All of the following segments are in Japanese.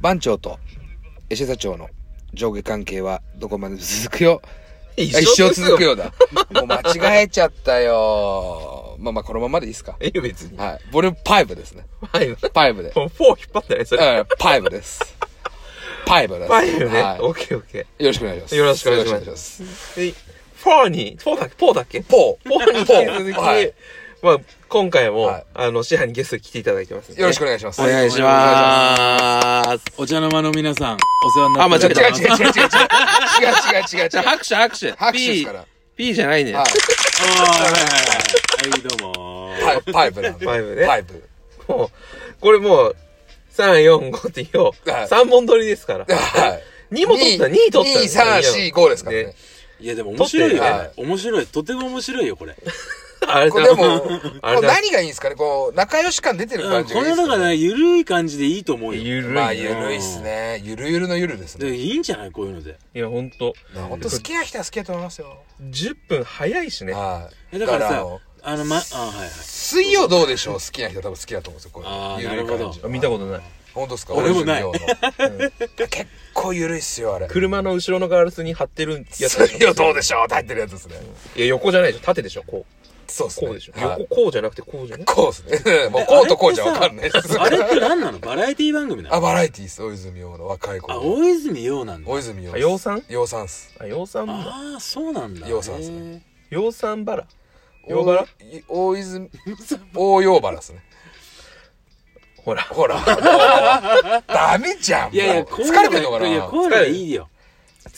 番長と江社長の上下関係はどこまで続くよ一あ一生続くよ。ようだ。もう間違えちゃったよ。まあまあ、このままでいいですか。ええよ、別に。はい。ボリュームパイブですね。はい。もうパイブで。 4引っ張ってないそれ。うんパイブです。パイブです。パイブね。はオッケーオッケい。よろしくお願いします。よろしくお願いしまよろしくお願すいします。ー。で、フォーに、フォーだっけポーだっけポー。ポーに引き続き、はいまあ、今回も、はいあの、師範にゲストに来ていただいてますんでね、よろしくお願いします。お願いします。お茶の間の皆さん、お世話になって違うおり違う違う違う違う違う違う違う違う違うま違す。う違うじゃあ、拍手、拍手。拍手ですから。 P、P じゃないね。はおーはいはいはい。はい、どうもー。い。パイパイブなんで。パイブねパイブ。もう、これもう、3、4、5って言おう。はい3本撮りですから。はい。 2も取った、2取った。 2、3、4、5ですからねね。いや、でも面白いよ撮っ。面白い。とても面白いよ、これ。あれこだれでも、こ あれれだ。何がいいんですかねこう、仲良し感出てるう感んじこがいいのです中かね。ね、ゆるい感じでいいと思うよ。ゆるいな。まあ、ゆるいっすね。ゆるゆるのゆるですね。で、いいんじゃないこういうので。いや、ほんと。ほんと好きな人は好きだと思いますよ。 10分早いしね。はい。えだだかかららあさの、、あの、ま、あ、はいはい。水曜どうでしょう好きな人は多分好きだと思うんですよ。こうあーゆるいなる感ほじど。見たことない。本当ですか俺もない俺の水曜のうん結構ゆるいっすよ、あれ。車の後ろのガールスに貼ってるやつでしょ。水曜どうでしょうって入ってるやつですね。いや、横じゃないでしょ。縦でしょ、こう。そうっすね。こうでしょ。はい横、こうじゃなくてこうじゃないこうですね。 もうこうとこうじゃわかんないです。あれって何なのバラエティ番組なあ、のバラエティーっす。大泉洋の若いあ、子。大泉洋なんだ。大泉洋あ、っす。洋さん洋さんっす。あ、洋さんだ。ああ、そうなんだ。洋さんですねへー。洋さんバラ。洋バラ大大泉、大洋バラっすね。ほら。ほら。 ダメじゃん。いやいや、もうこういう疲のがれてるのかないはいや、はこういうのがいいよ。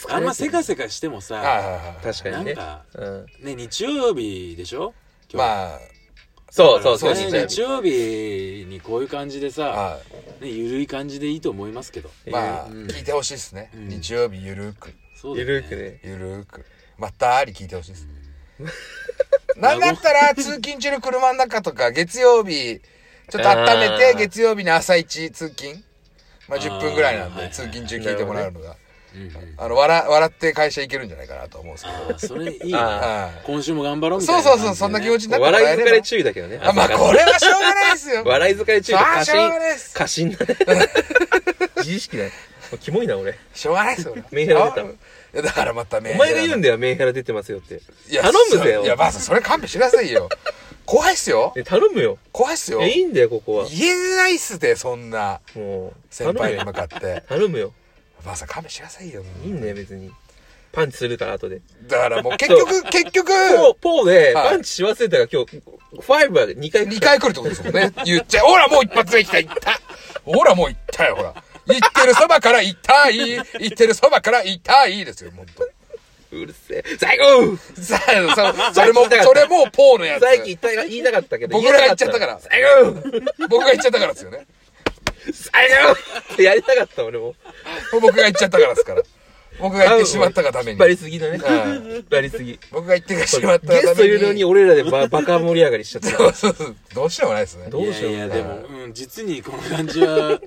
あんませかせかしてもいさ、はいはい。確かなにんね。か、うん。ね、日曜日でしょあ、まあ、そうそうそう。そうねですね日曜日にこういう感じでさ、はね、ゆるい感じでいいと思いますけど。い。まあ、うん聞いてほしいっすね。うん日曜日ゆるく、そうだゆよねるく。ね。ゆるく。まったり聞いてほしいっ す。なんだったら、通勤中の車の中とか、月曜日、ちょっと温めてあ、ー月曜日の朝一通勤。まあ、10分ぐらいなんあーはいはいで、は通い勤中聞いてもらうのが。うんうんあの、笑、笑って会社行けるんじゃないかなと思うんですけど。ああ、それいいあな。 はい今週も頑張ろうみたそいうなそ感じうでね。そう、そんな気持ちになってもら笑えい疲れれば。注意だけどね。あ、まあ、これはしょうがないですよ。笑い疲れ注意とあ過ーしょうが信。ないです。過信 だね。自意識だよ。もうキモいな、俺。しょうがないですよ。メンヘラ出たあいや、だからまたメンおヘラ。前が言うんだよ、メンヘラ出てますよって。いや頼むぜよい。や、ばあさん、それ勘弁してくださいよ。怖いっすよ。ね頼むよ。怖いっすよ。え、いい言んだよ、ここは。えないっすで、そんな。もう。先輩に頼む向よ。かって。頼むよ。ばあさん、勘弁してくださいよ。いいんだよ、別に。パンチするから、後で。だからもう、結局、結局、ポー、ポーで、はいパンチし忘れたが今日、ファイブは2回2回来るってことですもんね。言っちゃう。ほら、もう一発で行った、行った。ほら、もう行ったよ、ほら。行ってるそばから痛い。行ってるそばから痛いですよ、ほんと。うるせえ。最後さあ、そそれも、それも、ポーのやつ。最近言った言いたかったけど。僕らが言っちゃったから。最後僕が言っちゃったからですよね。最後やりたかった、俺も。僕が言っちゃったからですから。僕が言ってしまったがため引にっ張。りすぎだね。はい引っ張りすぎ。僕が言ってしゲまったがために。ストいるのに俺ら でババカ盛り上がりしちゃった。そうそうそう。どうしようもないですね。どうしよういやいや、ねでも、うん、実にこの感じは、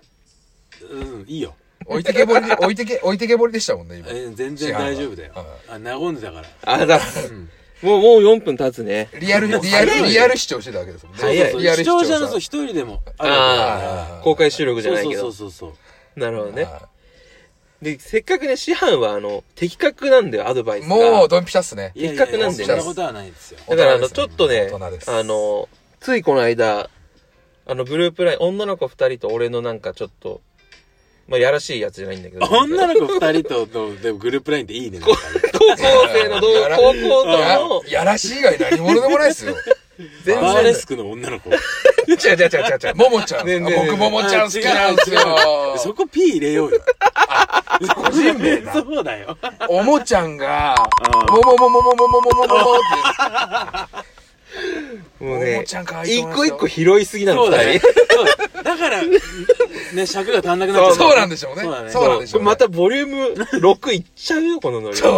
うん、いいよ。置いてけぼりで、置いてけ、置いてけぼりでしたもんね、今。え全然大丈夫だよはい。あ、和んでたから。あだ。もう、もう4分経つね。リアル、リアル、リアル視聴してたわけですもんね。早いそうリアル視聴者さのそう一人でもあるわああーあ、公開収録けじゃだなからいけそど。うそうそうそう。なるほどね。はで、せっかくね、師範は、あの、的確なんだよ、アドバイいスが。もう、ドンピシャっすね。いやい一や角なでんねそんなことはないですよ。だから、あの、大人ですちょっとね、大人ですあの、ついこの間、あの、グループライン、女の子二人と俺のなんかちょっと、まあ、やらしいやつじゃないんだけど。女子の子二人との、でもグループラインっていいね。なんかね高校生 の同、やら高校との、ややらしい以外何者でもないですよ。全バーレ然、スクの女の子。 違う違う違う違う違う。ももちゃん。ねえねえねえ僕ももちゃん好きなんですよ。あ違うそこ P 入れようよ。個人名だ。そうだよ。おもちゃんが、うんもももももももももももっももうねもちゃん可愛い一と思いますよ個一個拾いすぎなの、そう二だよ人。。そうだから、ね、尺が足んなくなっちゃて。う。そうなんでしょうね。そうだねそうなんでしこょうれね。またボリューム6いっちゃうよ、このノリ。そ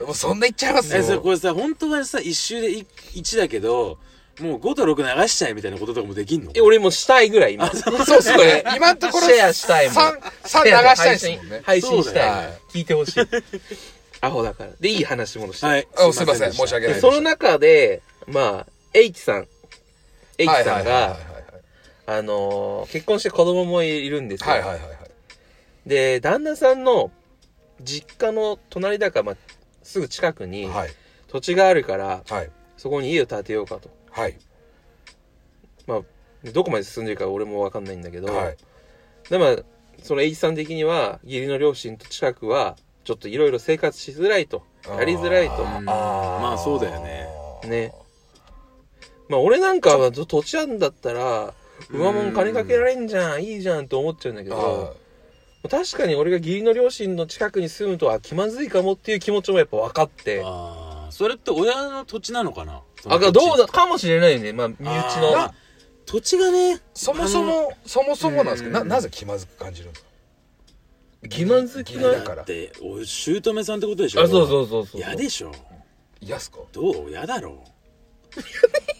う、もうそんな言っちゃいますえ、それよ。これさ、本当はさ、一周でい一だけど、もう5と6流しちゃえみたいなこととかもできんのえ、俺もしたいぐらい、今。そうっすね。今のところ、シェアしたいもん3、3流したいですもんね。配信したそうだいよ。聞いてほしい。 アホだから。で、いい話もしたい。はい。あすいません、で申し訳でない。その中で、まあ、H さん。H さんが、あのー結婚して子供もいるんですよ。はいはいはいはい。はいはいはいはい。で、旦那さんの実家の隣だか、まあ、すぐ近くにはい。土地があるから、はい。そこに家を建てようかと。はい。まあ、どこまで進んでるか俺もわかんないんだけど、はい。でまあ、その H さん的には、義理の両親と近くは、ちょっといろいろ生活しづらいと。やりづらいと。うんまあそうだよね。ね。まあ俺なんかは土地あんだったら、上物金かけられんじゃん、いいじゃんと思っちゃうんだけあど、確かに俺が義理の両親の近くに住むとは気まずいかもっていう気持ちもやっぱ分かって、ああ、それって親の土地なのかなあ、がどうだ、かもしれないね。まあ身内のあ。土地がね、そもそも、そもそもなんですけど、な、なぜ気まずく感じるんですか気まず義き理だな。かだらっ。て、お姑さんってことでしょあ、そうそうそうそう。嫌でしょ。嫌っすかどう嫌だろ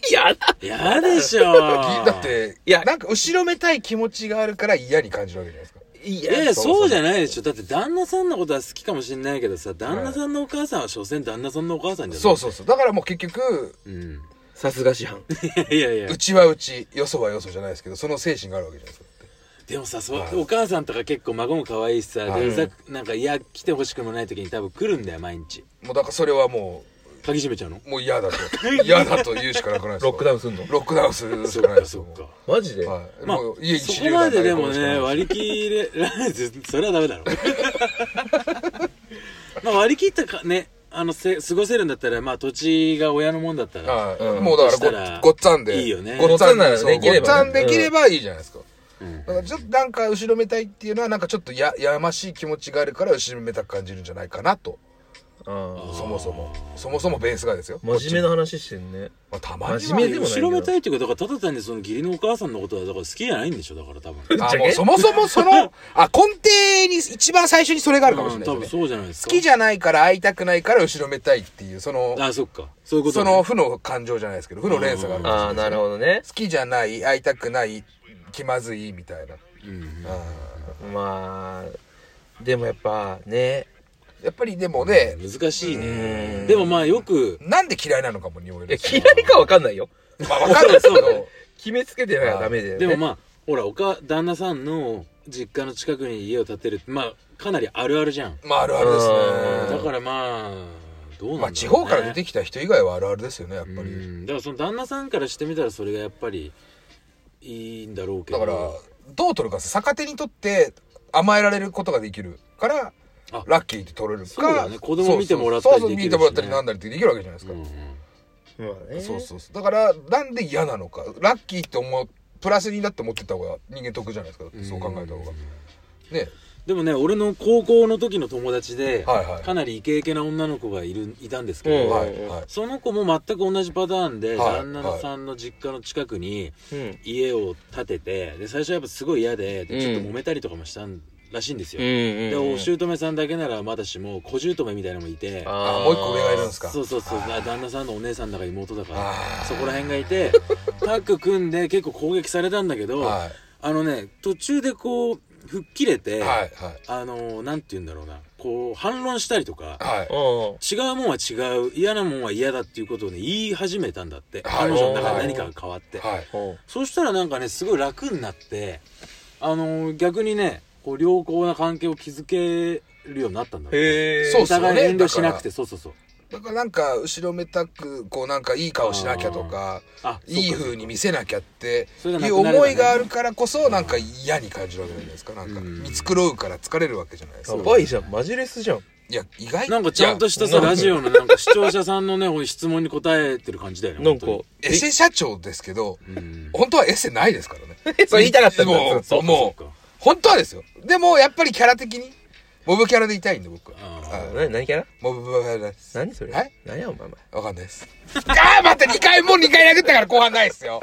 嫌だう。嫌でしょ。だ だっ、て、いやなんか後ろめたい気持ちがあるから嫌に感じるわけじゃないですか。いいやいや、そうそうじゃないでしょ。だって旦那さんのことは好きかもしれないけどさ、旦那さんのお母さんは所詮旦那さんのお母さんじゃないそうそうそう。だからもう結局、う。うん。さすが師範。いやいやう。ちはうち、よそはよそじゃないですけど、その精神があるわけじゃないですか。でもさ、そはいうお母さんとか結構孫も可愛いしさ、はいでうざくなんか、いや、来てほしくもない時に多分来るんだよ、毎日。もうだからそれはも鍵閉めちゃうのう、もう嫌だと。嫌だと言うしかなくないですかロックダウンすんのロックダウンするしそっかないか、ですそよ。っか。マジではい。まあもう家にそ知こりま合いでがでないもことしかね、ない割り切れられず、それはダメだろ。 まあ割り切ったか、ね、あの、せ過ごせるんだったら、まあ土地が親のもんだったら、はい、うんもうだかそしらたらごごっつぁんでいいよねごっつぁんでごっつぁんならできればそうごねっつぁんできればいいじゃないですか、うんだからちょっとなんか後ろめたいっていうのはなんかちょっとややましい気持ちがあるから後ろめたく感じるんじゃないかなとうん。そもそもそもそもベースがですよ真面目な話してんね。まあ、たまには真面目でもない後ろめたいっていうか、だからただ単にその義理のお母さんのことは、だから好きじゃないんでしょ、だから多分。あもうそもそもそのあ根底に一番最初にそれがあるかもしれないでうん多分すね、そうじゃないですか。好きじゃないから会いたくないから後ろめたいっていうそのあ、そっか。そういうことそねの負の感情じゃないですけど負の連鎖があるかもしれなああ、いですねなるほどね。好きじゃない会いたくない気まずいみたいなうんまあ、でもやっぱね、やっぱりでもね、難しいうんね。でもまあよく、なんで嫌いなのかもにもよいやるし嫌いかわかんないよ。 まあわかるん ですけそうだどね決めつけてはダメだよ、ね。でもまあ、ほら、おか、旦那さんの実家の近くに家を建てるって、まあ、かなりあるあるじゃん。まああるあるですうんだねからまあ、どうなんだろう、ね。まあ地方から出てきた人以外はあるあるですよねやっぱうりん。だからその旦那さんからしてみたらそれがやっぱり、いいんだろうけだど。からどう取るか逆手にとって甘えられることができるからあラッキーって取れるかそうだね子供見てもらったりそうそうそうそう見できるしねてもらったりなんだりってできるわけじゃないですかうんうん、まあね。そうそうそうだからなんで嫌なのかラッキーって思うプラスになって思ってた方が人間得じゃないですかだってそう考えた方がねでもね、俺の高校の時の友達で、はいはいかなりイケイケな女の子がいる、いたんですけうど、んはいはいその子も全く同じパターンで、はい旦那さんの実家の近くにうん。家を建てて、で、最初はやっぱすごい嫌で、でちょっとうん揉めたりとかもしたんらしいんですんよ。で、お姑さんだけならまだしも、小姑みたいなのもいて、あもう一個上がいるんですかそうそうそう、あ旦那さんのお姉さんだか妹だか、あそこら辺がいて、タッグ組んで結構攻撃されたんだけーど、はあのね、途中でこう、吹っ切れて、いはいはいあのー、なんて言うんだろうな、こう、反論したりとか、はいうん。違うもんは違う、嫌なもんは嫌だっていうことをね、言い始めたんだって。はい彼女の中で何かが変わって。はいうん。そしたらなんかね、すごい楽になって、あのー、逆にね、こう、良好な関係を築けるようになったんだって。へえ。そうお互い遠慮しなくて、そうそうそう。だからなんか後ろめたくこうなんかいい顔しなきゃとかあ、いいそうか風に見せなきゃってそいれがなくうなればね思いがあるからこそなんか嫌に感じるわけじゃないですかなんかうん見繕うから疲れるわけじゃないですやかばいじゃん。マジレスじゃん。いや意外なんかちゃんとしたさ、いやラジオのなんか視聴者さんのね、お質問に答えてる感じだよね。な んか。本エセ社長ですけど当にうん。本当はエセないですからねそう言いたかったんだもそうもう本当はですよでもやっぱりキャラ的にモブキャラでいたいんで僕はあはい何、何キャラモブキャラです何それはい何やお前。わかんないです。ああ、待って、2回、もう2回殴ったから後半ないっすよ。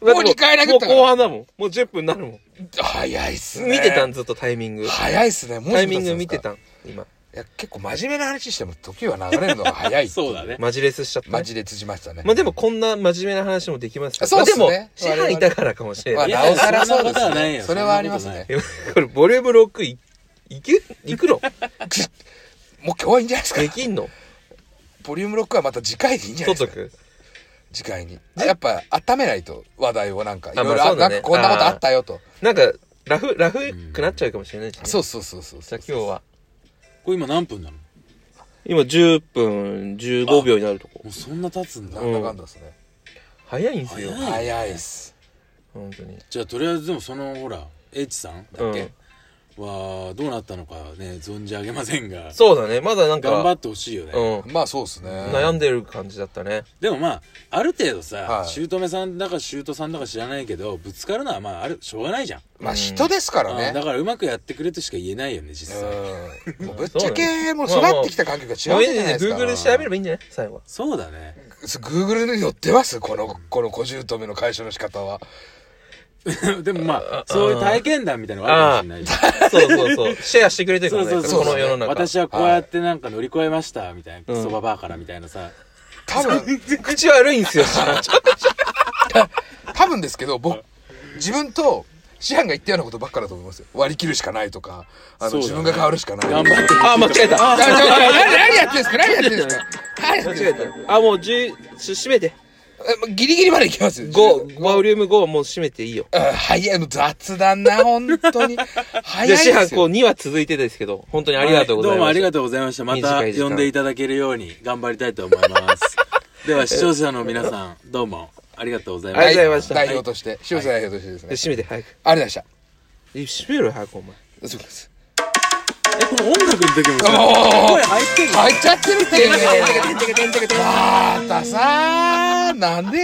もおう前2回殴もっうたから。後半だもん。もう10分になるもん。早いっすね。見てたんずっとタイミング。早いっすね。もうタイミング見ていたん。今。や、結構真面目な話しても時は流れるのが早いあ。 そうだね。。マジレスしちゃった。マジで辻ましたね。まあでもこんな真面目な話もできますよそうっすねまあでも、師範いたからかもしれまなあ、ない。おさらそういやそんなでことすはないね。よそれはありますね。 これ、ボリューム6い、いけ、いくのもう今日はいいんじゃないですでか。きんのボリューム6はまた次回でいいんじゃな取いっでとすか。く。次回に。やっぱ、温めないと話題をなんか、いあまろいあろ、そあうなだんねかこんなことあったよと。なんか、ラフ、ラフくなっちゃうかもしれないしね。そうそうそうそうじそゃうあ今日は。これ今何分なのも今10分15秒になるとこ。うそんな経つんだ、なんだかんだですね、早いんすよ。早早いっす本当に。じゃあとりあえずでもそのほら H さんだっけ、はどうなったのかね存じ上げませんがそうだね。まだなん頑張かっ、てほしいよね、うん。まあそうですね悩んでる感じだったね。でもまあある程度さ、はい姑さんだか姑さんだか知らないけどぶつかるのはまああるしょうがないじゃん、まあ人ですからあーだねからうまくやってくれとしか言えないよね実際、うんもうぶっちゃけもう育ってきた環境が違もうういじいゃないね。ですか Google で調べればいいんじゃない最後は。そうだね グーグルに載ってますこの、この小姑の解消の仕方は。でもまあそういう体験談みたいなのがあるかもしれないじゃんそうそうそう。シェアしてくれてるからね。そうそうそうこの世の中。私はこうやってなんか乗り越えましたみたいな、うんクソババアからみたいなさ、多分、口悪いんすよ。多分ですけど、僕、自分と、シアンが言ったようなことばっかだと思いますよ。割り切るしかないとか、あの、そうだね自分が変わるしかない。頑張ってあ、間違えちょちょた。ちょ何やってんですか何やってんですか何やってん間違えですかた。あ、もう10、ちょ閉めて。えもうギリギリまでいきますよ。 5、ボリューム5はもう閉めていいよ。うん早いの雑だな、本当に。早いじゃあ、シでハすこうよ。 2は続いてですけど、本当にありがとうございます。どうもありがとうございました。また短い時間呼んでいただけるように頑張りたいと思い ます。では視聴者の皆さん、どうもありがとうございまあしりたがとうござい。ました代表として、塩瀬代表としてですねで。閉めて、早ありがく。とうございました。え閉めろよ、早く、お前。そうです。え、この音楽の時もさ、声入ってんの入っちゃってるって。またさ、なんで